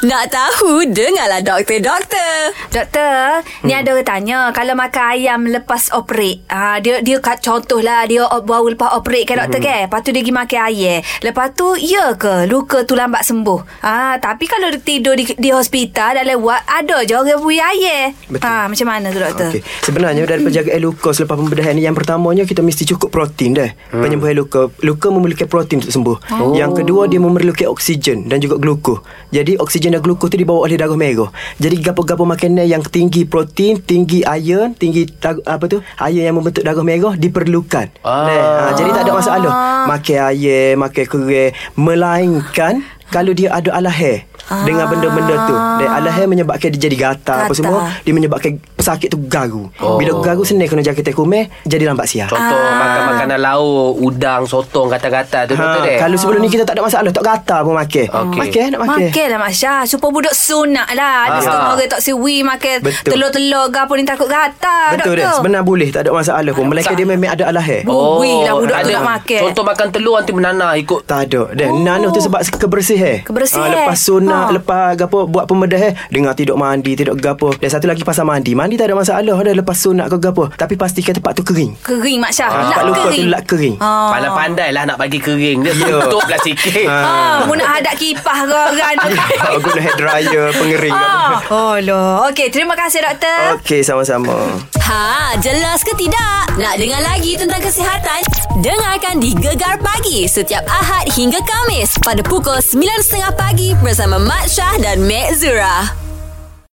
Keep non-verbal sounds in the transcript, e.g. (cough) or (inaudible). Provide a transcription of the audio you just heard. Nak tahu, dengarlah doktor, doktor. Doktor, hmm. ni ada orang tanya kalau makan ayam lepas operate. Ha, dia dia kat contohlah dia op- baru lepas operate kan doktor hmm. kan. Lepas tu dia pergi makan ayam. Lepas tu ya ke luka tu lambat sembuh. Ah, ha, tapi kalau dia tidur di, di hospital dalam wad ada je orang bui ayam. Betul. Ha, macam mana tu doktor? Okey. Sebenarnya daripada Hmm. jaga luka selepas pembedahan ni yang pertamanya kita mesti cukup protein dah. Hmm. Penyembuhan luka. Luka memerlukan protein untuk sembuh. Oh. Yang kedua dia memerlukan oksigen dan juga gluko. Jadi oksigen dan gluko tu dibawa oleh darah merah. Jadi gapo-gapo makanan yang tinggi protein, tinggi iron, tinggi tar- apa tu? Iron yang membentuk darah merah diperlukan. Ah. Nah, ha, jadi tak ada masalah. Makan ayam, makan kerang melainkan kalau dia ada alahai dengan benda-benda tu dan alahai menyebabkan dia jadi Ah. gatal apa Gatal. semua dia menyebabkan pesakit tu garu oh. bila garu senang kena jaga teh kumeh jadi lambat siap Contoh ah. makan makanan lauk, udang, sotong, kata-kata tu betul dek. Ha, kalau sebelum ni kita tak ada masalah Tak gatal pun makan Okey. Makan Eh, nak makan Makan lah Mak Syah Supaya budak sunat lah Ada Ah. setengah orang tak siwi Makan Betul. telur-telur ke apa ni takut gatal doktor. Betul dah Sebenarnya boleh Tak ada masalah pun Melainkan dia memang ada alahai Bui lah budak tu Oh, ada- nak makan. Contoh makan telur nanti menanah ikut Tak ada Dan oh. nano tu sebab kebersihan Kebersihan. Ah, Lepas sunat Ha. ha. Lepas gapo Buat pembedah eh Dengar tidak mandi Tidak gapo Dan satu lagi pasal mandi Mandi tak ada masalah dah Lepas sunat ke gapo Tapi pastikan tempat tu kering Kering Mak Syah Lap Ah, Tempat luka tu kering lak kering (laughs) ah. Pandai-pandai lah nak bagi kering Dia Ya. tutup lah sikit Ah, mu nak hadap kipas ke (laughs) orang tu. Ah, Guna hair dryer Pengering Ah. Oh loh. Okey, terima kasih doktor. Okey sama-sama Ha, jelas ke tidak? Nak dengar lagi tentang kesihatan? Dengarkan di Gegar Pagi setiap Ahad hingga Kamis pada pukul 9.30 pagi bersama Mat Syah dan Mek Zura.